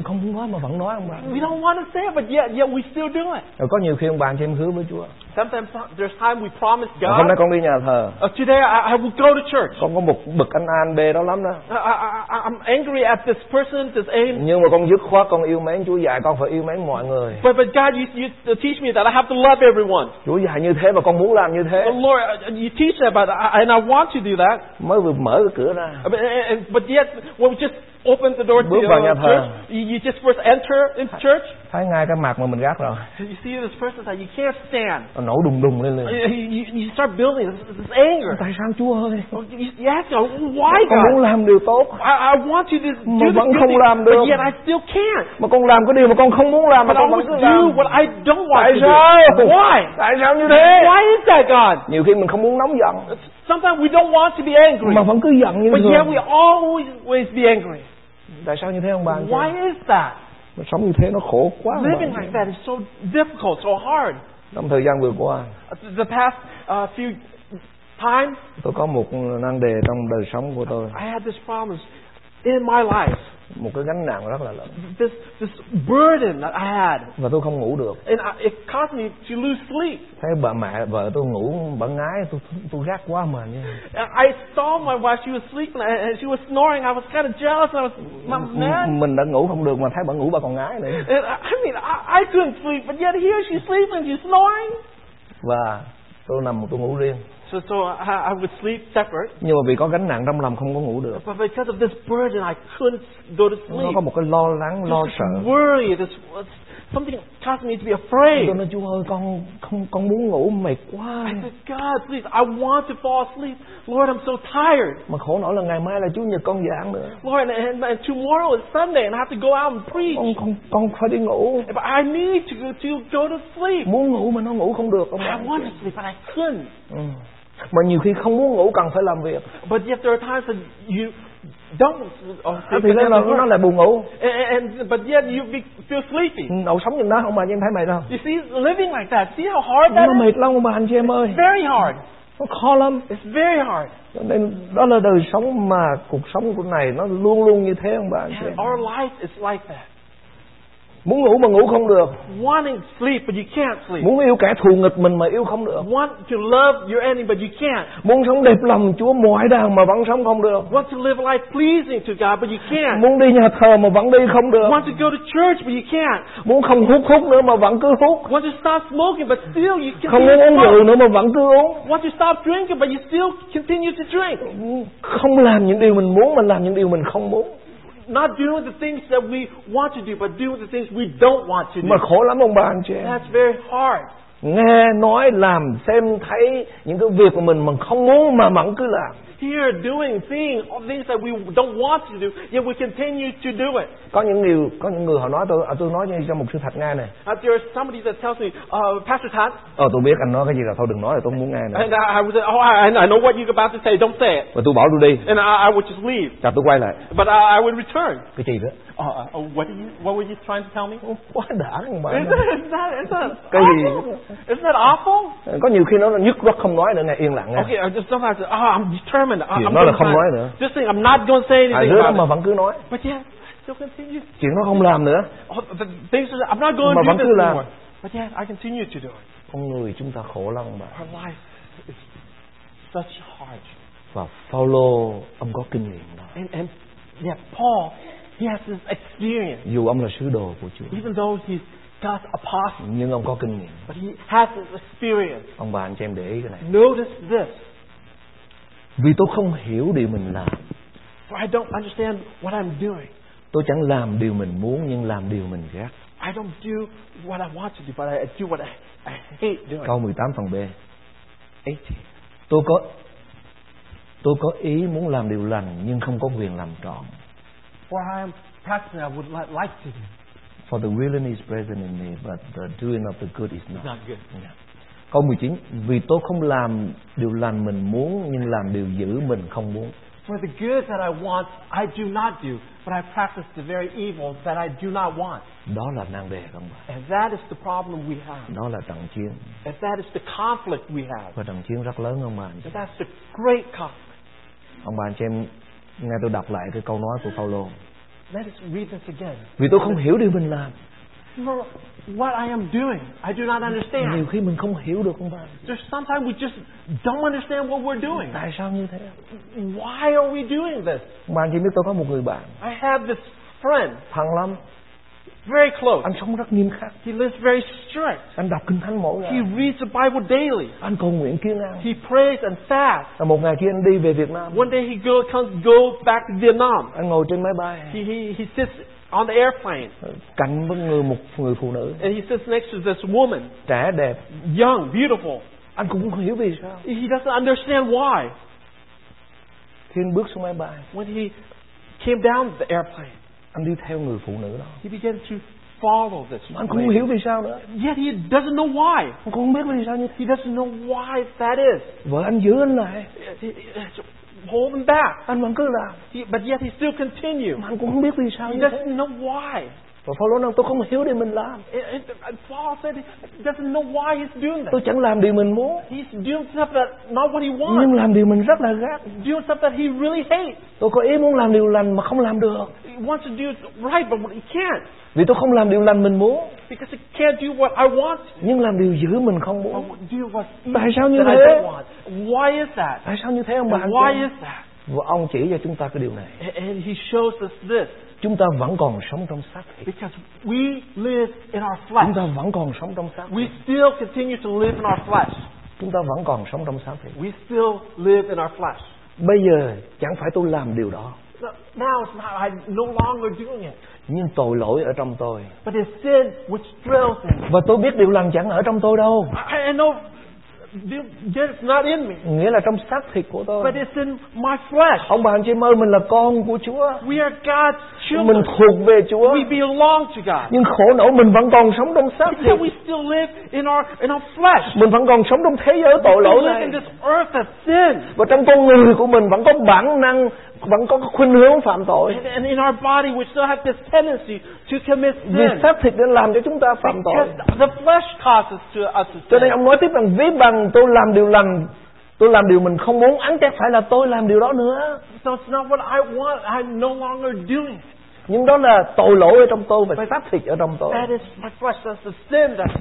Speaker 1: Không muốn nói mà vẫn nói ông bà
Speaker 2: We don't want to say it, but yet yet we still do it.
Speaker 1: Rồi có nhiều khi ông bà anh chị em hứa với Chúa
Speaker 2: Sometimes there's time we promise
Speaker 1: "Ờ, Hôm
Speaker 2: God,
Speaker 1: nay con đi nhà thờ
Speaker 2: uh, "Today I, I will go to church."
Speaker 1: Con có một bực anh A anh B đó lắm đó
Speaker 2: I, I, I- I'm angry at this person, this aim.
Speaker 1: Nhưng mà con dứt khoát con yêu mến Chúa dạy con phải yêu mến mọi người
Speaker 2: But, but God, you, you teach me that I have to love everyone.
Speaker 1: Chúa dạy như thế mà con muốn làm như thế
Speaker 2: But Lord, uh, you teach that, but I, and I want to do that.
Speaker 1: Mới vừa mở cái cửa ra
Speaker 2: Uh, But, and, but yet, when we just open the door to
Speaker 1: Bước vào nhà
Speaker 2: the
Speaker 1: thờ.
Speaker 2: church, you, you just first enter in church,
Speaker 1: Thấy ngay cái mặt mà mình gác rồi
Speaker 2: you see this person that you can't stand.
Speaker 1: Nó nổ đùng đùng lên liền
Speaker 2: You, you, you start building this, this anger.
Speaker 1: Tại sao Chúa ơi
Speaker 2: You, you ask God, why
Speaker 1: Con muốn
Speaker 2: God?
Speaker 1: làm điều tốt
Speaker 2: I, I want you to do this
Speaker 1: Mà vẫn
Speaker 2: good
Speaker 1: không
Speaker 2: thing,
Speaker 1: làm
Speaker 2: but
Speaker 1: được.
Speaker 2: yet I still can't.
Speaker 1: Mà con làm cái điều mà con không muốn làm mà
Speaker 2: But I
Speaker 1: con vẫn
Speaker 2: always
Speaker 1: cứ làm
Speaker 2: do what I don't
Speaker 1: Tại
Speaker 2: want to
Speaker 1: sao
Speaker 2: do. Why?
Speaker 1: Tại sao như thế
Speaker 2: Why is that, God?
Speaker 1: Nhiều khi mình không muốn nóng giận
Speaker 2: Sometimes we don't want to be angry,
Speaker 1: Mà vẫn cứ giận như
Speaker 2: but yet we
Speaker 1: thường
Speaker 2: always, always be angry.
Speaker 1: Tại sao như thế ông bà anh chị?
Speaker 2: Why is that?
Speaker 1: Mà Sống như thế nó khổ quá ông bà
Speaker 2: Living
Speaker 1: anh chị.
Speaker 2: like that is so difficult, so hard.
Speaker 1: Trong thời gian vừa qua
Speaker 2: The past uh, few times,
Speaker 1: Tôi có một nan đề trong đời sống của tôi
Speaker 2: I had this problem in my life,
Speaker 1: Một cái gánh nặng rất là lớn
Speaker 2: this this burden that I had,
Speaker 1: Và tôi không ngủ được
Speaker 2: and I, it caused me to lose sleep.
Speaker 1: Thấy bà mẹ vợ tôi ngủ bà ngái tôi tôi gác quá mà nha
Speaker 2: I saw my wife; she was sleeping, and and she was snoring. I was kind of jealous, and I was, I was mad.
Speaker 1: M- Mình đã ngủ không được mà thấy bà ngủ bà còn ngái nữa
Speaker 2: And I, I mean, I, I couldn't sleep, but yet here she's sleeping, she's snoring.
Speaker 1: Và tôi nằm tôi ngủ riêng
Speaker 2: So, so I, I would sleep separate.
Speaker 1: Nhưng mà vì có gánh nặng trong lòng không có ngủ được
Speaker 2: But because of this burden, I couldn't go to
Speaker 1: Nó
Speaker 2: sleep.
Speaker 1: có một cái lo lắng lo
Speaker 2: Just
Speaker 1: sợ
Speaker 2: this worry, this something caused me to be afraid.
Speaker 1: Tôi nói Chúa ơi con không con muốn ngủ mệt
Speaker 2: I
Speaker 1: quá
Speaker 2: said, God, please, I want to fall asleep. Lord, I'm so tired.
Speaker 1: Mà khổ nổi là ngày mai là Chủ nhật con giảng nữa
Speaker 2: Lord, and, and, and tomorrow is Sunday, and I have to go out and preach.
Speaker 1: Con con con phải đi ngủ
Speaker 2: But I need to go- to go to sleep.
Speaker 1: Muốn ngủ mà nó ngủ không được ông
Speaker 2: I
Speaker 1: bà
Speaker 2: want to sleep, but I couldn't.
Speaker 1: Ừ. Mà nhiều khi không muốn ngủ cần phải làm việc
Speaker 2: But yet there are times that you Don't oh,
Speaker 1: Ờ, thì nó, nó, nó lại buồn ngủ
Speaker 2: and, and but yet you be, feel sleepy.
Speaker 1: Nội sống như đó ông bà anh chị em thấy mệt không
Speaker 2: You see, living like that, see how hard that
Speaker 1: nó
Speaker 2: is?
Speaker 1: mệt lắm ông bà anh chị em ơi
Speaker 2: Very hard.
Speaker 1: nó khó lắm
Speaker 2: It's very hard.
Speaker 1: Cho nên đó là đời sống mà cuộc sống của này nó luôn luôn như thế ông bà anh chị em
Speaker 2: And our life is like that.
Speaker 1: muốn ngủ mà ngủ không được
Speaker 2: Wanting sleep, but you can't sleep.
Speaker 1: muốn yêu kẻ thù nghịch mình mà yêu không được
Speaker 2: Want to love your enemy, but you can't.
Speaker 1: muốn sống đẹp lòng Chúa mọi đàng mà vẫn sống không được
Speaker 2: Want to live a life pleasing to God, but you can't.
Speaker 1: muốn đi nhà thờ mà vẫn đi không được
Speaker 2: Want to go to church, but you can't.
Speaker 1: muốn không hút hút nữa mà vẫn cứ hút
Speaker 2: Want to stop smoking, but still you
Speaker 1: không
Speaker 2: continue
Speaker 1: muốn uống
Speaker 2: to
Speaker 1: rượu
Speaker 2: smoke.
Speaker 1: nữa mà vẫn cứ uống
Speaker 2: Want to stop drinking, but you still continue to drink.
Speaker 1: không làm những điều mình muốn mình làm những điều mình không muốn
Speaker 2: Not doing the things that we want to do, but doing the things we don't want to do.
Speaker 1: mà khổ lắm ông bà anh chị em
Speaker 2: That's very hard.
Speaker 1: nghe nói làm xem thấy những cái việc của mình mình không muốn mà vẫn cứ làm
Speaker 2: Here, doing things, all things that we don't want to do, yet we continue to do it.
Speaker 1: có những điều có những người họ nói tôi à, tôi nói như cho một sư thật nghe này
Speaker 2: Uh, there's somebody that tells me, uh, Pastor Todd,
Speaker 1: ờ tôi biết anh nói cái gì là thôi đừng nói là tôi không muốn nghe nữa
Speaker 2: and I, I was, oh, I, I know what you're about to say. Don't say it.
Speaker 1: và tôi bảo tôi đi
Speaker 2: And I, I would just leave.
Speaker 1: là tôi quay lại
Speaker 2: But I, I would return.
Speaker 1: cái gì đó
Speaker 2: Uh, uh, what, are you, what were you trying to tell me?
Speaker 1: quá đã ông bà
Speaker 2: Isn't
Speaker 1: ơi.
Speaker 2: that, isn't that, isn't that
Speaker 1: Cái gì?
Speaker 2: awful? Isn't that awful?
Speaker 1: có nhiều khi nó nhất rất không nói nữa nghe yên lặng nghe
Speaker 2: Okay, I just sometimes oh, I'm determined. I,
Speaker 1: Chuyện
Speaker 2: I'm
Speaker 1: đó là
Speaker 2: gonna
Speaker 1: không
Speaker 2: find-
Speaker 1: nói nữa.
Speaker 2: Just think, I'm not going to say
Speaker 1: à,
Speaker 2: anything
Speaker 1: đứa đó
Speaker 2: about
Speaker 1: mà
Speaker 2: it.
Speaker 1: vẫn cứ nói
Speaker 2: But yeah, still continue.
Speaker 1: chuyện nó không làm nữa
Speaker 2: Oh, the things that- I'm not going
Speaker 1: Mà
Speaker 2: to
Speaker 1: vẫn
Speaker 2: do this
Speaker 1: cứ làm.
Speaker 2: anymore. But yeah, I continue to do it.
Speaker 1: con người chúng ta khổ lắm bà
Speaker 2: Our life is such hard.
Speaker 1: và Phaolô ông có kinh nghiệm đó
Speaker 2: And and yeah, Paul, he has this experience,
Speaker 1: dù ông là sứ đồ của Chúa
Speaker 2: even though he's God's apostle,
Speaker 1: nhưng ông có kinh nghiệm
Speaker 2: but he has this experience.
Speaker 1: ông bà anh chị em để ý cái này
Speaker 2: Notice this.
Speaker 1: vì tôi không hiểu điều mình làm
Speaker 2: For I don't understand what I'm doing.
Speaker 1: tôi chẳng làm điều mình muốn nhưng làm điều mình ghét
Speaker 2: I don't do what I want to do, but I do what I, I hate doing.
Speaker 1: câu 18 phần B
Speaker 2: 18.
Speaker 1: tôi có tôi có ý muốn làm điều lành nhưng không có quyền làm trọn
Speaker 2: For I am practicing, I would li- like to do.
Speaker 1: for the willing is present in me but the doing of the good is not
Speaker 2: not good.
Speaker 1: Câu 19 Vì tôi không làm điều lành mình muốn Nhưng làm điều dữ mình không muốn
Speaker 2: For the good that I want, I do not do, but I practice the very evil that I do not want.
Speaker 1: Đó là nan đề không bạn
Speaker 2: And that is the problem we have.
Speaker 1: Đó là trận chiến
Speaker 2: And that is the conflict we have.
Speaker 1: Và trận chiến rất lớn không bạn
Speaker 2: And that's the great conflict.
Speaker 1: Ông bà anh chị em Nghe tôi đọc lại cái câu nói của Paulo
Speaker 2: Let us read this again.
Speaker 1: Vì tôi không hiểu điều mình làm
Speaker 2: For what I am doing, I do not
Speaker 1: Nhiều
Speaker 2: understand.
Speaker 1: khi mình không hiểu được ông bà
Speaker 2: There's sometimes we just don't understand what we're doing.
Speaker 1: Tại sao như thế
Speaker 2: Why are we doing this?
Speaker 1: Ông bà anh chị biết tôi có một người bạn
Speaker 2: I have this friend,
Speaker 1: Thằng lắm
Speaker 2: very close.
Speaker 1: Anh sống rất nghiêm khắc
Speaker 2: He lives very strict.
Speaker 1: Anh đọc kinh thánh mỗi
Speaker 2: He
Speaker 1: ngày
Speaker 2: reads the Bible daily.
Speaker 1: Anh cầu nguyện kiên ăn
Speaker 2: He prays and fasts.
Speaker 1: Và một ngày kia anh đi về Việt Nam
Speaker 2: One day he go, comes, go back to Vietnam.
Speaker 1: Anh ngồi trên máy bay
Speaker 2: He, he, he sits on the airplane
Speaker 1: Cạnh với người một người phụ nữ
Speaker 2: and he sits next to this woman,
Speaker 1: Trẻ đẹp
Speaker 2: young, beautiful.
Speaker 1: Anh cũng không hiểu vì sao
Speaker 2: He doesn't understand why.
Speaker 1: Khi anh bước xuống máy bay
Speaker 2: When he came down the airplane,
Speaker 1: Anh đi theo người phụ nữ đó
Speaker 2: he began to follow this
Speaker 1: Mà anh cũng không
Speaker 2: lady.
Speaker 1: hiểu vì sao nữa
Speaker 2: Yet he doesn't know why.
Speaker 1: Anh cũng không biết vì sao như thế
Speaker 2: He doesn't know why that is.
Speaker 1: Vợ anh giữ anh lại
Speaker 2: He- he- he- Hold him back.
Speaker 1: Anh vẫn cứ làm
Speaker 2: He, but yet he still continues.
Speaker 1: Mà anh cũng không biết vì sao
Speaker 2: He
Speaker 1: như thế
Speaker 2: doesn't know why.
Speaker 1: Và Paulo nói tôi không hiểu điều mình làm
Speaker 2: It, it, and Paul said he doesn't know why he's doing that.
Speaker 1: Tôi chẳng làm điều mình muốn
Speaker 2: He's doing stuff that not what he
Speaker 1: Nhưng
Speaker 2: wants.
Speaker 1: làm điều mình rất là ghét
Speaker 2: He's doing stuff that he really hates.
Speaker 1: Tôi có ý muốn làm điều lành mà không làm được
Speaker 2: He wants to do it right, but he can't
Speaker 1: Vì tôi không làm điều lành mình muốn
Speaker 2: because he can't do what I want
Speaker 1: Nhưng làm điều dữ mình không muốn
Speaker 2: or do what Mm-hmm.
Speaker 1: Tại sao như
Speaker 2: that I
Speaker 1: thế
Speaker 2: don't want. Why is that?
Speaker 1: Tại sao như thế ông bà anh
Speaker 2: And Dạ, why
Speaker 1: chị?
Speaker 2: is that?
Speaker 1: Và ông chỉ cho chúng ta cái điều này
Speaker 2: And- And he shows us this
Speaker 1: Chúng ta vẫn còn sống trong xác thịt
Speaker 2: because we live in our
Speaker 1: Chúng ta
Speaker 2: flesh.
Speaker 1: vẫn còn sống trong xác
Speaker 2: We still continue to live in our flesh.
Speaker 1: Chúng ta vẫn còn sống trong xác thịt
Speaker 2: We still live in our flesh.
Speaker 1: Bây giờ chẳng phải tôi làm điều đó
Speaker 2: No- Now it's not, I'm no longer doing it.
Speaker 1: Nhưng tội lỗi ở trong tôi
Speaker 2: But it's sin which dwells in me.
Speaker 1: Và tôi biết điều lành chẳng ở trong tôi đâu
Speaker 2: I, I know it's not in me,
Speaker 1: Nghĩa là trong xác thịt của tôi
Speaker 2: but it's in my flesh.
Speaker 1: Ông bà anh chị em ơi mình là con của Chúa
Speaker 2: We are God's
Speaker 1: Mình
Speaker 2: children.
Speaker 1: thuộc về Chúa
Speaker 2: We belong to God.
Speaker 1: Nhưng khổ nỗi mình vẫn còn sống trong xác
Speaker 2: Yet
Speaker 1: thịt
Speaker 2: we still live in our in our flesh.
Speaker 1: Mình vẫn còn sống trong thế giới tội
Speaker 2: We
Speaker 1: lỗi
Speaker 2: live in
Speaker 1: này
Speaker 2: this earth of sin.
Speaker 1: Và trong con người của mình vẫn có bản năng vẫn có cái khuynh hướng phạm tội
Speaker 2: And, and in our body, we still have this tendency to commit
Speaker 1: vì
Speaker 2: sin.
Speaker 1: xác thịt đã làm cho chúng ta phạm tội
Speaker 2: Because the flesh causes to us to
Speaker 1: cho nên ông
Speaker 2: sin.
Speaker 1: nói tiếp rằng ví bằng tôi làm điều lành tôi làm điều mình không muốn án chắc phải là tôi làm điều đó nữa
Speaker 2: So it's not what I want. I'm no longer doing it.
Speaker 1: nhưng đó là tội lỗi ở trong tôi và xác thịt ở trong tôi
Speaker 2: That is my flesh. That's the sin. That's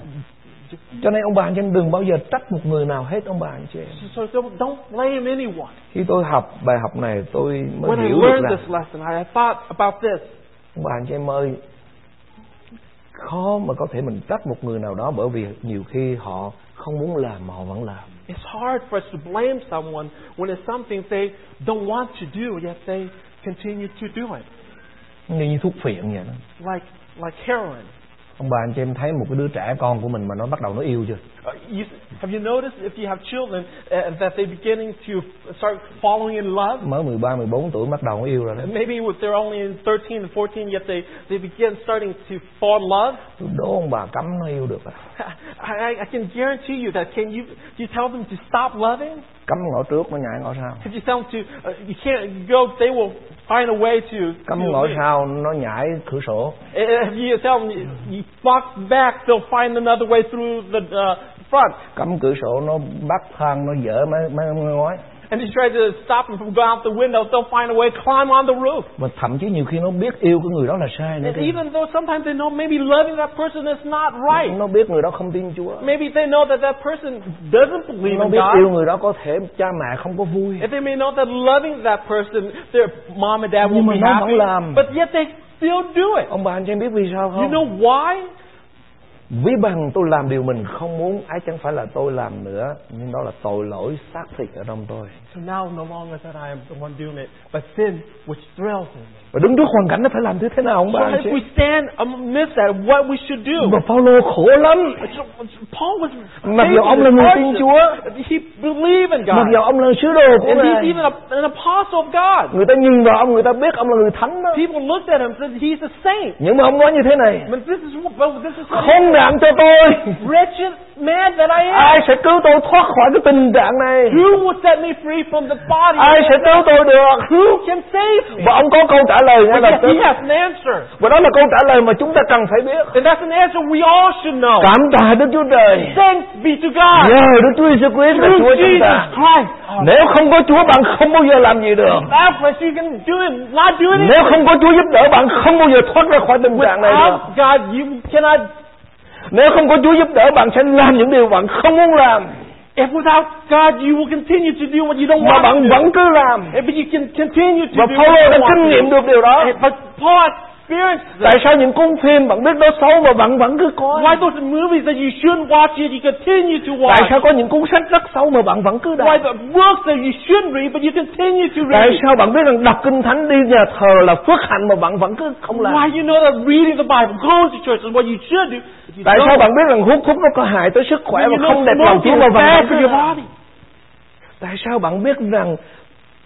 Speaker 1: cho nên ông bà anh chị em đừng bao giờ trách một người nào hết ông bà anh chị em
Speaker 2: so don't, don't blame anyone.
Speaker 1: khi tôi học bài học này tôi mới
Speaker 2: When I
Speaker 1: hiểu được
Speaker 2: learned
Speaker 1: rằng
Speaker 2: this lesson, I thought about this.
Speaker 1: Ông bà anh chị em ơi Khó mà có thể mình trách một người nào đó Bởi vì nhiều khi họ không muốn làm mà họ vẫn làm
Speaker 2: It's hard for us to blame someone when it's something they don't want to do, yet they continue to do it.
Speaker 1: Như như thuốc phiện vậy đó
Speaker 2: Like like heroin.
Speaker 1: Ông bà anh chị em thấy một cái đứa trẻ con của mình mà nó bắt đầu nó yêu chưa
Speaker 2: Uh, you, have you noticed if you have children uh, that they're beginning to start falling in love?
Speaker 1: Mới 13, 14 tuổi bắt đầu nó yêu rồi đó
Speaker 2: Maybe if they're only in 13 and 14, yet they, they begin starting to fall in love.
Speaker 1: Tôi đố ông bà cấm nó yêu được à
Speaker 2: I, I can guarantee you that. Can you, do you tell them to stop loving?
Speaker 1: Cấm ngõ trước nó nhảy ngõ sau
Speaker 2: If you tell them to, uh, you can't go, they will find a way to.
Speaker 1: Cấm
Speaker 2: to
Speaker 1: ngõ
Speaker 2: leave.
Speaker 1: sau nó nhảy cửa sổ
Speaker 2: If you tell them you, you walk back, they'll find another way through the uh, front.
Speaker 1: Cấm cửa sổ nó bắt thang nó dở mấy, mấy, mấy ngói
Speaker 2: And you try to stop them from going out the window, they'll find a way to climb on the roof.
Speaker 1: Mà thậm chí nhiều khi nó biết yêu cái người đó là sai nữa
Speaker 2: And
Speaker 1: kìa.
Speaker 2: even though sometimes they know maybe loving that person is not right.
Speaker 1: Nó biết người đó không tin Chúa
Speaker 2: Maybe they know that that person doesn't believe
Speaker 1: Nó
Speaker 2: in
Speaker 1: biết
Speaker 2: God.
Speaker 1: yêu người đó có thể cha mẹ không có vui
Speaker 2: And they may know that loving that person, their mom and dad will
Speaker 1: Nhưng mà
Speaker 2: be
Speaker 1: nó vẫn
Speaker 2: happy.
Speaker 1: làm.
Speaker 2: But yet they still do it.
Speaker 1: Ông bà anh chị em biết vì sao
Speaker 2: You
Speaker 1: không?
Speaker 2: know why?
Speaker 1: Ví bằng tôi làm điều mình không muốn ấy chẳng phải là tôi làm nữa Nhưng đó là tội lỗi xác thịt ở trong tôi
Speaker 2: So now no longer that I am the one doing it, but sin which thrills in me.
Speaker 1: Và đứng trước hoàn cảnh nó phải làm thế thế nào ông bà
Speaker 2: So
Speaker 1: anh
Speaker 2: if
Speaker 1: chị
Speaker 2: we stand amidst that, what we should do?
Speaker 1: Mà Paulo khổ lắm
Speaker 2: Paul was
Speaker 1: Mặc dù ông là người tin Chúa
Speaker 2: He believed in
Speaker 1: Mặc
Speaker 2: God.
Speaker 1: dù ông là sứ đồ của
Speaker 2: And he's
Speaker 1: Ngài
Speaker 2: even a, an apostle of God.
Speaker 1: Người ta nhìn vào ông người ta biết ông là người thánh đó
Speaker 2: People looked at him and said, he's a saint.
Speaker 1: Nhưng mà ông nói như thế này
Speaker 2: But this is what, but this is what
Speaker 1: Không làm cho tôi
Speaker 2: wretched man that I am.
Speaker 1: Ai sẽ cứu tôi thoát khỏi cái tình trạng này
Speaker 2: Who will set me free from the body?
Speaker 1: Ai sẽ cứu tôi được
Speaker 2: Who can save me?
Speaker 1: Và ông có câu trả lời ngay
Speaker 2: But
Speaker 1: lập
Speaker 2: yet
Speaker 1: tức
Speaker 2: he has an answer.
Speaker 1: Và đó là câu trả lời mà chúng ta cần phải biết
Speaker 2: And that's an answer we all should know.
Speaker 1: Cảm tạ Đức Chúa Trời
Speaker 2: Thanks be to God.
Speaker 1: Nhờ Đức Chúa Giêsu Christ là
Speaker 2: Through
Speaker 1: Chúa chúng
Speaker 2: Jesus
Speaker 1: ta.
Speaker 2: Christ.
Speaker 1: Nếu không có Chúa bạn không bao giờ làm gì được.
Speaker 2: That place you can do it, not do anything.
Speaker 1: Nếu không có Chúa giúp đỡ bạn không bao giờ thoát ra khỏi tình trạng này được.
Speaker 2: Without God, you cannot.
Speaker 1: Nếu không có Chúa giúp đỡ bạn sẽ làm những điều bạn không muốn làm
Speaker 2: If without God, you will continue to do what you don't
Speaker 1: mà
Speaker 2: want
Speaker 1: bạn
Speaker 2: to do.
Speaker 1: vẫn cứ làm.
Speaker 2: Eh, But you can continue to
Speaker 1: Và
Speaker 2: do
Speaker 1: Paulo
Speaker 2: what
Speaker 1: đã
Speaker 2: you want
Speaker 1: kinh
Speaker 2: to
Speaker 1: nghiệm
Speaker 2: do.
Speaker 1: được điều đó.
Speaker 2: Eh, But Paul experienced
Speaker 1: Tại
Speaker 2: that.
Speaker 1: sao những cuốn phim bạn biết đó xấu mà bạn vẫn cứ
Speaker 2: Why
Speaker 1: coi?
Speaker 2: those movies that you shouldn't watch yet you continue to watch?
Speaker 1: Tại sao có những cuốn sách rất xấu mà bạn vẫn cứ
Speaker 2: Why
Speaker 1: đọc?
Speaker 2: the books that you shouldn't read, but you continue to
Speaker 1: Tại
Speaker 2: read?
Speaker 1: sao bạn biết rằng đọc kinh thánh đi nhà thờ là phước hạnh mà bạn vẫn cứ không làm?
Speaker 2: Why you know that reading the Bible, going to church is what you should do? but you
Speaker 1: Tại
Speaker 2: don't.
Speaker 1: sao bạn biết rằng hút thuốc nó có hại tới sức khỏe
Speaker 2: You
Speaker 1: và
Speaker 2: know
Speaker 1: không đẹp lòng Chúa
Speaker 2: smoking
Speaker 1: mà
Speaker 2: is
Speaker 1: bạn
Speaker 2: bad
Speaker 1: vẫn
Speaker 2: for
Speaker 1: cứ
Speaker 2: your
Speaker 1: làm?
Speaker 2: body.
Speaker 1: Tại sao bạn biết rằng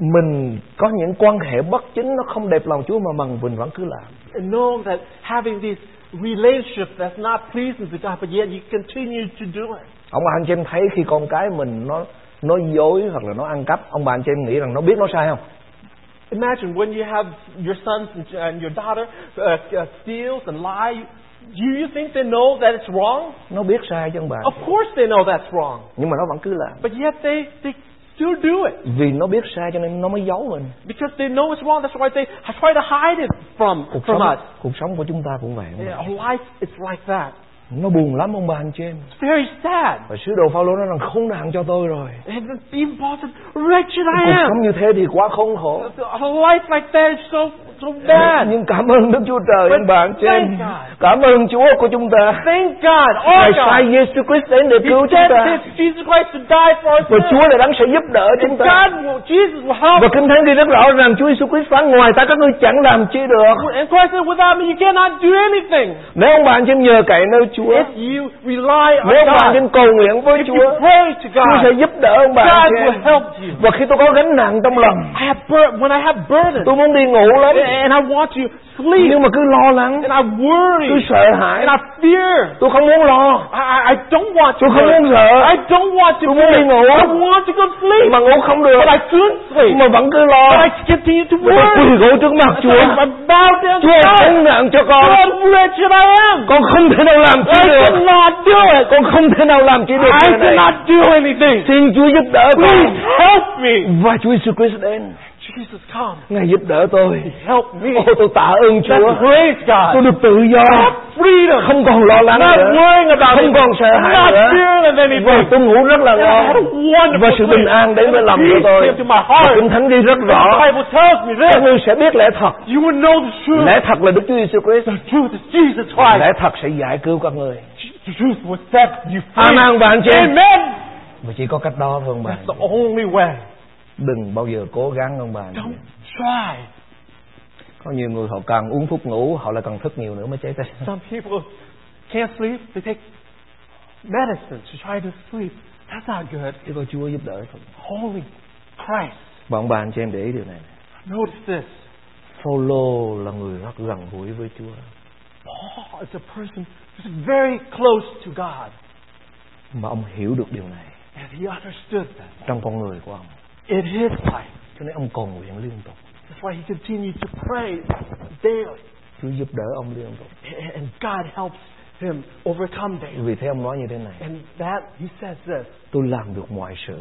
Speaker 1: mình có những quan hệ bất chính nó không đẹp lòng Chúa mà bằng mình vẫn cứ làm?
Speaker 2: And know that having this relationship that's not pleasing to God, but yet you continue to do it.
Speaker 1: Ông bà anh chị em thấy khi con cái mình nó nó dối hoặc là nó ăn cắp, ông bà anh chị em nghĩ rằng nó biết nó sai không?
Speaker 2: Imagine when you have your sons and, and your daughter uh, uh, steals and lies. Do you think they know that it's wrong?
Speaker 1: Nó biết sai chứ ông bà.
Speaker 2: Of course they know that's wrong,
Speaker 1: Nhưng mà nó vẫn cứ làm.
Speaker 2: but yet they they still do it.
Speaker 1: Vì nó biết sai cho nên nó mới giấu mình.
Speaker 2: Because they know it's wrong, that's why they try to hide it from,
Speaker 1: Cuộc
Speaker 2: from
Speaker 1: sống
Speaker 2: us.
Speaker 1: cuộc sống của chúng ta cũng vậy. ông bà.
Speaker 2: Yeah, our life is like that.
Speaker 1: Nó buồn lắm ông bà anh chị em.
Speaker 2: It's very sad.
Speaker 1: Và sứ đồ Phaolô nói rằng khốn nạn cho tôi rồi.
Speaker 2: And the even Paul said, wretched I
Speaker 1: Cuộc
Speaker 2: am.
Speaker 1: sống như thế thì quá khốn khổ.
Speaker 2: A life like that is so, so bad.
Speaker 1: Nhưng cảm ơn Đức Chúa Trời
Speaker 2: But
Speaker 1: ông bà anh chị em.
Speaker 2: thank God.
Speaker 1: Cảm ơn Chúa của chúng ta.
Speaker 2: Thank God, oh
Speaker 1: Ngài sai
Speaker 2: God,
Speaker 1: Giêsu Christ đến để
Speaker 2: He
Speaker 1: cứu chúng
Speaker 2: sent
Speaker 1: ta.
Speaker 2: His Jesus Christ to die for our
Speaker 1: Và
Speaker 2: sins.
Speaker 1: Chúa là đấng sẽ giúp đỡ chúng
Speaker 2: And
Speaker 1: ta.
Speaker 2: God, will, Jesus will help
Speaker 1: Và
Speaker 2: us.
Speaker 1: Kinh Thánh ghi rất rõ rằng Chúa Giêsu Christ phán ngoài ta các ngươi chẳng làm chi được.
Speaker 2: And Christ said, without me you cannot do anything.
Speaker 1: Nếu ông bạn trên nhờ cậy nơi Chúa,
Speaker 2: If you rely
Speaker 1: nếu ông bạn
Speaker 2: on God,
Speaker 1: trên cầu nguyện với
Speaker 2: if you
Speaker 1: Chúa,
Speaker 2: pray to
Speaker 1: Chúa sẽ
Speaker 2: God,
Speaker 1: giúp đỡ ông bạn
Speaker 2: God
Speaker 1: trên.
Speaker 2: will help you.
Speaker 1: Và khi tôi có gánh nặng trong lòng,
Speaker 2: I have bur- when I have burdens,
Speaker 1: tôi muốn đi ngủ lắm.
Speaker 2: And and I want to sleep,
Speaker 1: nhưng mà cứ lo lắng
Speaker 2: and I worry,
Speaker 1: cứ sợ hãi
Speaker 2: and I fear.
Speaker 1: tôi không muốn lo
Speaker 2: I, I, I don't want to
Speaker 1: tôi không
Speaker 2: work.
Speaker 1: muốn sợ
Speaker 2: I don't want to
Speaker 1: tôi muốn đi
Speaker 2: work.
Speaker 1: ngủ
Speaker 2: I want to go to sleep,
Speaker 1: mà ngủ không được
Speaker 2: but I couldn't sleep.
Speaker 1: mà vẫn cứ
Speaker 2: But
Speaker 1: lo
Speaker 2: I continue to
Speaker 1: tôi
Speaker 2: work.
Speaker 1: quỳ gối trước mặt
Speaker 2: So
Speaker 1: Chúa
Speaker 2: I bow down to
Speaker 1: Chúa
Speaker 2: God.
Speaker 1: không nặng cho
Speaker 2: God,
Speaker 1: con
Speaker 2: wretched I am.
Speaker 1: con không thể nào làm chi
Speaker 2: I
Speaker 1: được
Speaker 2: cannot do it.
Speaker 1: con không thể nào làm chi được
Speaker 2: I
Speaker 1: điều này
Speaker 2: cannot do anything.
Speaker 1: xin Chúa giúp đỡ
Speaker 2: Please
Speaker 1: con
Speaker 2: help me.
Speaker 1: và Chúa Jesus Christ đến
Speaker 2: Jesus, come.
Speaker 1: ngài giúp đỡ tôi
Speaker 2: Help me.
Speaker 1: Ô, tôi tạ ơn
Speaker 2: Let's
Speaker 1: Chúa
Speaker 2: praise
Speaker 1: tôi
Speaker 2: God.
Speaker 1: được tự do
Speaker 2: freedom.
Speaker 1: không còn lo lắng
Speaker 2: Not
Speaker 1: nữa
Speaker 2: worrying about
Speaker 1: không
Speaker 2: it.
Speaker 1: còn sợ hãi
Speaker 2: Not
Speaker 1: nữa
Speaker 2: fearing of
Speaker 1: và
Speaker 2: anything.
Speaker 1: tôi ngủ rất Vâng. là
Speaker 2: And I had a
Speaker 1: ngon và
Speaker 2: wonderful
Speaker 1: sự bình
Speaker 2: sleep.
Speaker 1: an đến với lòng của
Speaker 2: Peace
Speaker 1: tôi
Speaker 2: came to my
Speaker 1: và
Speaker 2: heart.
Speaker 1: Kinh Thánh ghi rất
Speaker 2: The
Speaker 1: rõ Ừ.
Speaker 2: Bible tells me
Speaker 1: các
Speaker 2: this.
Speaker 1: ngươi sẽ biết lẽ thật
Speaker 2: You will know the truth.
Speaker 1: lẽ thật là Đức Chúa Giêsu Christ
Speaker 2: The truth is Jesus
Speaker 1: và
Speaker 2: Christ.
Speaker 1: lẽ thật sẽ giải cứu các người
Speaker 2: The truth will set you free.
Speaker 1: Amen và anh chị em
Speaker 2: Amen.
Speaker 1: và chỉ có cách đó thôi ông bà
Speaker 2: That's the only way.
Speaker 1: đừng bao giờ cố gắng ông bà anh chị em.
Speaker 2: Don't try.
Speaker 1: có nhiều người họ càng uống thuốc ngủ họ lại càng thức nhiều nữa mới chết đấy
Speaker 2: Some people can't sleep. They take medicine to try to sleep. That's not good.
Speaker 1: chỉ có Chúa giúp đỡ thôi
Speaker 2: Holy Christ.
Speaker 1: và ông bà anh chị em để ý điều này
Speaker 2: Notice this.
Speaker 1: Phaolô là người rất gần gũi với Chúa
Speaker 2: Paul is a person who's very close to God.
Speaker 1: mà ông hiểu được điều này
Speaker 2: And he understood that
Speaker 1: trong con người của ông
Speaker 2: in his life.
Speaker 1: cho nên ông cầu nguyện liên tục
Speaker 2: That's why he continued to pray daily.
Speaker 1: Chúa giúp đỡ ông liên tục
Speaker 2: And- And God helps him overcome daily.
Speaker 1: vì thế ông nói như thế này
Speaker 2: And that, he says this,
Speaker 1: tôi làm được mọi sự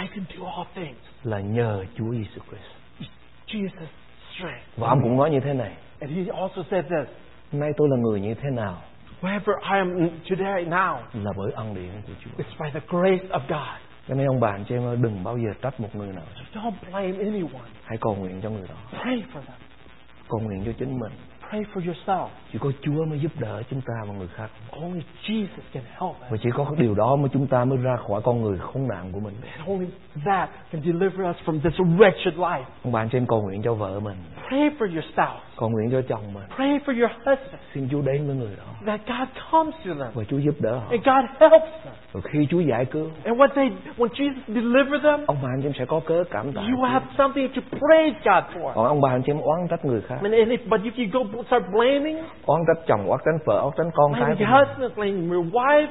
Speaker 2: I can do all things.
Speaker 1: là nhờ Chúa Giêsu Christ
Speaker 2: Jesus' strength.
Speaker 1: và ông cũng nói như thế này
Speaker 2: And he also said this,
Speaker 1: nay tôi là người như thế nào
Speaker 2: wherever I am today now,
Speaker 1: là bởi ân điển của Chúa
Speaker 2: it's by the grace of God.
Speaker 1: cho nên ông bà anh chị em ơi, đừng bao giờ trách một người nào
Speaker 2: So don't blame anyone.
Speaker 1: hãy cầu nguyện cho người đó
Speaker 2: Pray for them.
Speaker 1: cầu nguyện cho chính mình
Speaker 2: Pray for yourself.
Speaker 1: chỉ có Chúa mới giúp đỡ chúng ta và người khác
Speaker 2: Only Jesus can help us.
Speaker 1: và chỉ có điều đó mới chúng ta mới ra khỏi con người khốn nạn của mình
Speaker 2: And only that can deliver us from this wretched life.
Speaker 1: ông bà anh chị em cầu nguyện cho vợ mình
Speaker 2: Pray for your spouse.
Speaker 1: cầu nguyện cho chồng mình
Speaker 2: Pray for your husband.
Speaker 1: xin Chúa đến với người đó
Speaker 2: That God comes to them.
Speaker 1: và Chúa giúp đỡ họ
Speaker 2: And God helps them.
Speaker 1: và khi Chúa giải cứu
Speaker 2: And when they when Jesus delivers them,
Speaker 1: ông bà anh chị em sẽ có cớ cảm tạ
Speaker 2: you
Speaker 1: Chúa.
Speaker 2: have something to praise God for.
Speaker 1: còn ông bà anh chị em oán trách người khác
Speaker 2: And, and if, but if you go start blaming
Speaker 1: oán trách chồng oán trách vợ oán trách con cái
Speaker 2: blaming
Speaker 1: của
Speaker 2: your
Speaker 1: mình,
Speaker 2: husband, blaming your wife,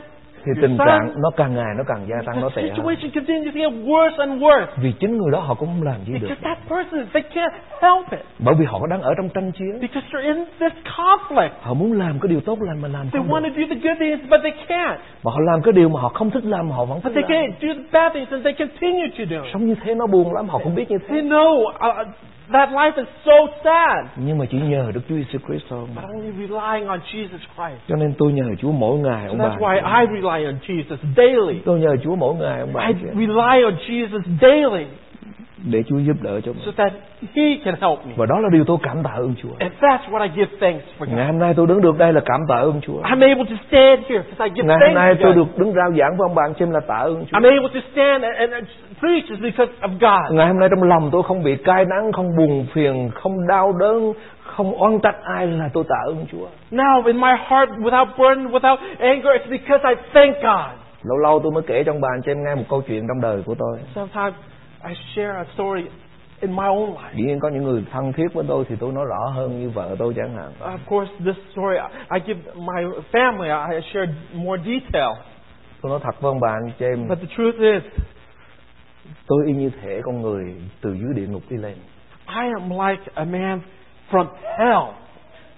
Speaker 1: thì
Speaker 2: your
Speaker 1: tình
Speaker 2: son,
Speaker 1: trạng nó càng ngày nó càng gia tăng nó
Speaker 2: the
Speaker 1: tệ hơn
Speaker 2: situation continues to get worse and worse.
Speaker 1: vì chính người đó họ cũng không làm gì được
Speaker 2: Because that person, they can't help it.
Speaker 1: bởi vì họ đang ở trong tranh chiến
Speaker 2: Because they're in this conflict.
Speaker 1: họ muốn làm cái điều tốt lành mà làm
Speaker 2: They
Speaker 1: không
Speaker 2: want
Speaker 1: được
Speaker 2: to do the good things, but they can't.
Speaker 1: mà họ làm cái điều mà họ không thích làm họ vẫn
Speaker 2: But
Speaker 1: thích
Speaker 2: they
Speaker 1: làm
Speaker 2: can't do the bad things and they continue to do. it.
Speaker 1: sống như thế nó buồn lắm họ cũng biết như
Speaker 2: They
Speaker 1: thế
Speaker 2: know uh, that life is so sad.
Speaker 1: nhưng mà chỉ nhờ Đức Chúa Jesus Christ thôi
Speaker 2: But only relying on Jesus Christ.
Speaker 1: cho nên tôi nhờ Chúa mỗi ngày ông
Speaker 2: And
Speaker 1: bà
Speaker 2: that's why I rely on Jesus daily.
Speaker 1: tôi nhờ Chúa mỗi ngày ông bà
Speaker 2: I rely on Jesus daily
Speaker 1: để Chúa giúp đỡ cho
Speaker 2: so
Speaker 1: mình
Speaker 2: that He can help me.
Speaker 1: và đó là điều tôi cảm tạ ơn Chúa
Speaker 2: And that's what I give thanks for. God.
Speaker 1: ngày hôm nay tôi đứng được đây là cảm tạ ơn Chúa
Speaker 2: I'm able to stand here because I give
Speaker 1: ngày hôm nay
Speaker 2: thanks
Speaker 1: tôi
Speaker 2: to God.
Speaker 1: được đứng rao giảng với ông bạn xem là tạ ơn Chúa
Speaker 2: I'm able to stand and, and preach is because of God.
Speaker 1: ngày hôm nay trong lòng tôi không bị cay đắng không buồn phiền không đau đớn không oan trách ai là tôi tạ ơn Chúa
Speaker 2: Now in my heart, without burden, without anger, it's because I thank God.
Speaker 1: lâu lâu tôi mới kể cho ông bạn xem nghe một câu chuyện trong đời của tôi
Speaker 2: Sometimes I share a story in my own life.
Speaker 1: dĩ nhiên có những người thân thiết với tôi thì tôi nói rõ hơn như vợ tôi chẳng hạn
Speaker 2: Of course, this story I I give my family. I I share more detail.
Speaker 1: tôi nói thật với ông bạn cho em
Speaker 2: But the truth is,
Speaker 1: tôi y như thể con người từ dưới địa ngục đi lên
Speaker 2: I am like a man from hell.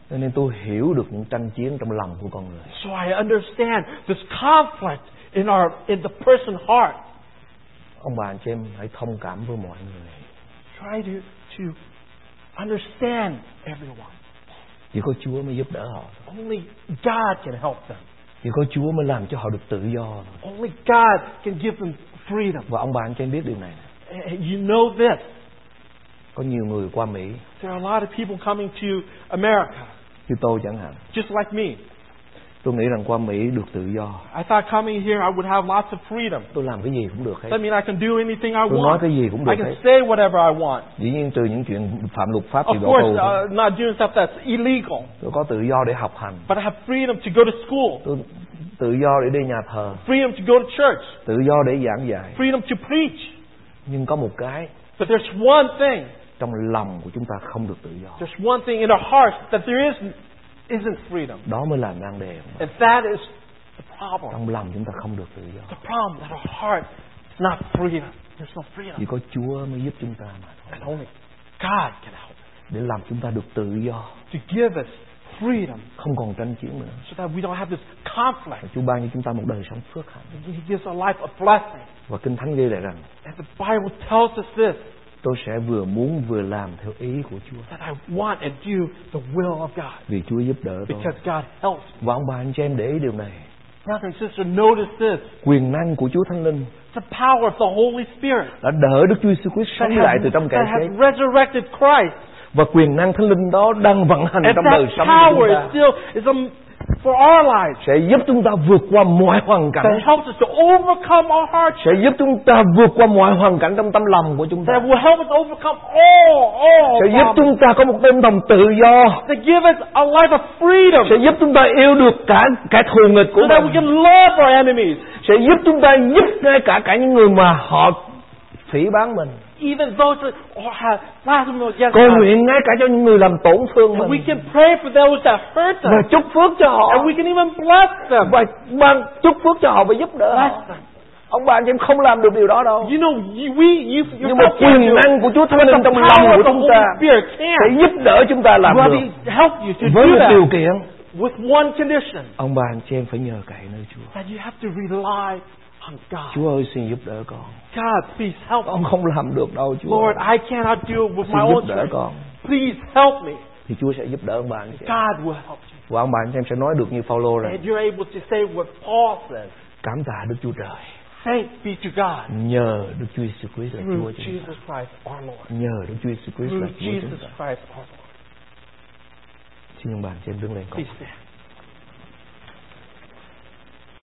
Speaker 1: cho nên tôi hiểu được những tranh chiến trong lòng của con người
Speaker 2: So I understand this conflict in our in the person's heart.
Speaker 1: ông bà anh chị em hãy thông cảm với mọi người
Speaker 2: Try to to understand everyone.
Speaker 1: chỉ có Chúa mới giúp đỡ họ
Speaker 2: Only God can help them.
Speaker 1: chỉ có Chúa mới làm cho họ được tự do thôi.
Speaker 2: Only God can give them freedom.
Speaker 1: và ông bà anh chị em biết điều này
Speaker 2: And you know this.
Speaker 1: có nhiều người qua Mỹ
Speaker 2: There are a lot of people coming to America,
Speaker 1: như tôi chẳng hạn
Speaker 2: just like me.
Speaker 1: tôi nghĩ rằng qua Mỹ được tự do
Speaker 2: I thought coming here I would have lots of freedom.
Speaker 1: tôi làm cái gì cũng được hết
Speaker 2: That means I can do anything
Speaker 1: tôi
Speaker 2: I
Speaker 1: nói
Speaker 2: want.
Speaker 1: cái gì cũng
Speaker 2: I
Speaker 1: được
Speaker 2: can
Speaker 1: hết
Speaker 2: say whatever I want.
Speaker 1: dĩ nhiên trừ những chuyện phạm luật pháp
Speaker 2: Of
Speaker 1: thì bỏ
Speaker 2: course,
Speaker 1: tù thôi.
Speaker 2: uh, not doing stuff that's illegal.
Speaker 1: tôi có tự do để học hành
Speaker 2: But I have freedom to go to school,
Speaker 1: tôi tự do để đi nhà thờ
Speaker 2: freedom to go to church,
Speaker 1: tự do để giảng dạy
Speaker 2: freedom to preach.
Speaker 1: nhưng có một cái
Speaker 2: But there's one thing
Speaker 1: trong lòng của chúng ta không được tự do
Speaker 2: There's one thing in our hearts that there is isn't freedom,
Speaker 1: đó mới là nan đề ông bà.
Speaker 2: and that is the problem.
Speaker 1: trong lòng chúng ta không được tự do
Speaker 2: The problem that our heart is not freedom. There's no freedom,
Speaker 1: chỉ có Chúa mới giúp chúng ta mà thôi
Speaker 2: and only God can help us
Speaker 1: để làm chúng ta được tự do
Speaker 2: to give us freedom,
Speaker 1: không còn tranh chiến nữa
Speaker 2: so that we don't have this conflict.
Speaker 1: và Chúa ban cho chúng ta một đời sống phước hạnh
Speaker 2: He gives our life a blessing,
Speaker 1: và kinh thánh ghi lại rằng
Speaker 2: and the Bible tells us this:
Speaker 1: tôi sẽ vừa muốn vừa làm theo ý của Chúa
Speaker 2: that I want and do the will of God,
Speaker 1: vì Chúa giúp đỡ tôi
Speaker 2: because God helps.
Speaker 1: và ông bà anh chị em để ý điều này
Speaker 2: Brother and sister, notice this:
Speaker 1: quyền năng của Chúa Thánh Linh
Speaker 2: the power of the Holy Spirit.
Speaker 1: đã đỡ Đức Chúa Jesus Christ
Speaker 2: that
Speaker 1: sống lại
Speaker 2: has,
Speaker 1: từ trong kẻ
Speaker 2: that
Speaker 1: chết
Speaker 2: has resurrected Christ.
Speaker 1: và quyền năng Thánh Linh đó đang vận hành
Speaker 2: And
Speaker 1: trong
Speaker 2: that
Speaker 1: đời sống của
Speaker 2: power
Speaker 1: chúng
Speaker 2: is
Speaker 1: ta
Speaker 2: still is a, for our lives.
Speaker 1: sẽ giúp chúng ta vượt qua mọi hoàn cảnh
Speaker 2: That helps us to overcome our hardships.
Speaker 1: sẽ giúp chúng ta vượt qua mọi hoàn cảnh trong tâm lòng của chúng ta
Speaker 2: That will help us overcome all, all
Speaker 1: sẽ giúp
Speaker 2: problems.
Speaker 1: chúng ta có một tinh thần tự do
Speaker 2: To give us a life of freedom.
Speaker 1: sẽ giúp chúng ta yêu được cả cả thù nghịch
Speaker 2: So
Speaker 1: của
Speaker 2: that we
Speaker 1: mình
Speaker 2: can love our enemies.
Speaker 1: sẽ giúp chúng ta giúp ngay cả cả những người mà họ phỉ báng mình
Speaker 2: Even those that have blasphemed against
Speaker 1: cầu
Speaker 2: us.
Speaker 1: nguyện ngay cả cho những người làm tổn thương
Speaker 2: And we
Speaker 1: mình
Speaker 2: can pray for those that hurt
Speaker 1: và
Speaker 2: us.
Speaker 1: chúc phước cho họ
Speaker 2: And we can even bless them.
Speaker 1: và ban chúc phước cho họ và giúp đỡ họ
Speaker 2: Bless them.
Speaker 1: ông bà anh chị em không làm được điều đó đâu
Speaker 2: You know, you, we, you, you
Speaker 1: nhưng mà quyền năng của Chúa Thánh Linh
Speaker 2: the
Speaker 1: trong lòng
Speaker 2: power
Speaker 1: của
Speaker 2: of the
Speaker 1: chúng
Speaker 2: Holy
Speaker 1: ta
Speaker 2: Spirit
Speaker 1: sẽ
Speaker 2: can.
Speaker 1: giúp đỡ chúng ta làm
Speaker 2: Well,
Speaker 1: được
Speaker 2: he helped you to
Speaker 1: với
Speaker 2: do
Speaker 1: một
Speaker 2: that
Speaker 1: điều kiện
Speaker 2: with one condition
Speaker 1: ông bà anh chị em phải nhờ cậy nơi Chúa
Speaker 2: that you have to rely on God.
Speaker 1: Chúa ơi xin giúp đỡ con
Speaker 2: God, please help me.
Speaker 1: con không làm được đâu Chúa
Speaker 2: Lord, I cannot do it with
Speaker 1: xin
Speaker 2: my
Speaker 1: giúp
Speaker 2: own
Speaker 1: đỡ
Speaker 2: strength.
Speaker 1: con
Speaker 2: Please help me.
Speaker 1: thì Chúa sẽ giúp đỡ ông bà anh chị em.
Speaker 2: God will help you.
Speaker 1: và ông bà anh chị em sẽ nói được như Phaolô rằng
Speaker 2: And you're able to say what Paul says.
Speaker 1: cảm tạ Đức Chúa Trời
Speaker 2: Thanks be to God
Speaker 1: nhờ Đức Chúa Jesus Christ là Chúa
Speaker 2: through
Speaker 1: chúng ta
Speaker 2: Jesus Christ our Lord.
Speaker 1: nhờ Đức Chúa Jesus Christ
Speaker 2: Through
Speaker 1: là Chúa chúng
Speaker 2: Jesus
Speaker 1: ta
Speaker 2: Christ our Lord.
Speaker 1: xin ông bà anh chị em đứng lên con
Speaker 2: Please stand.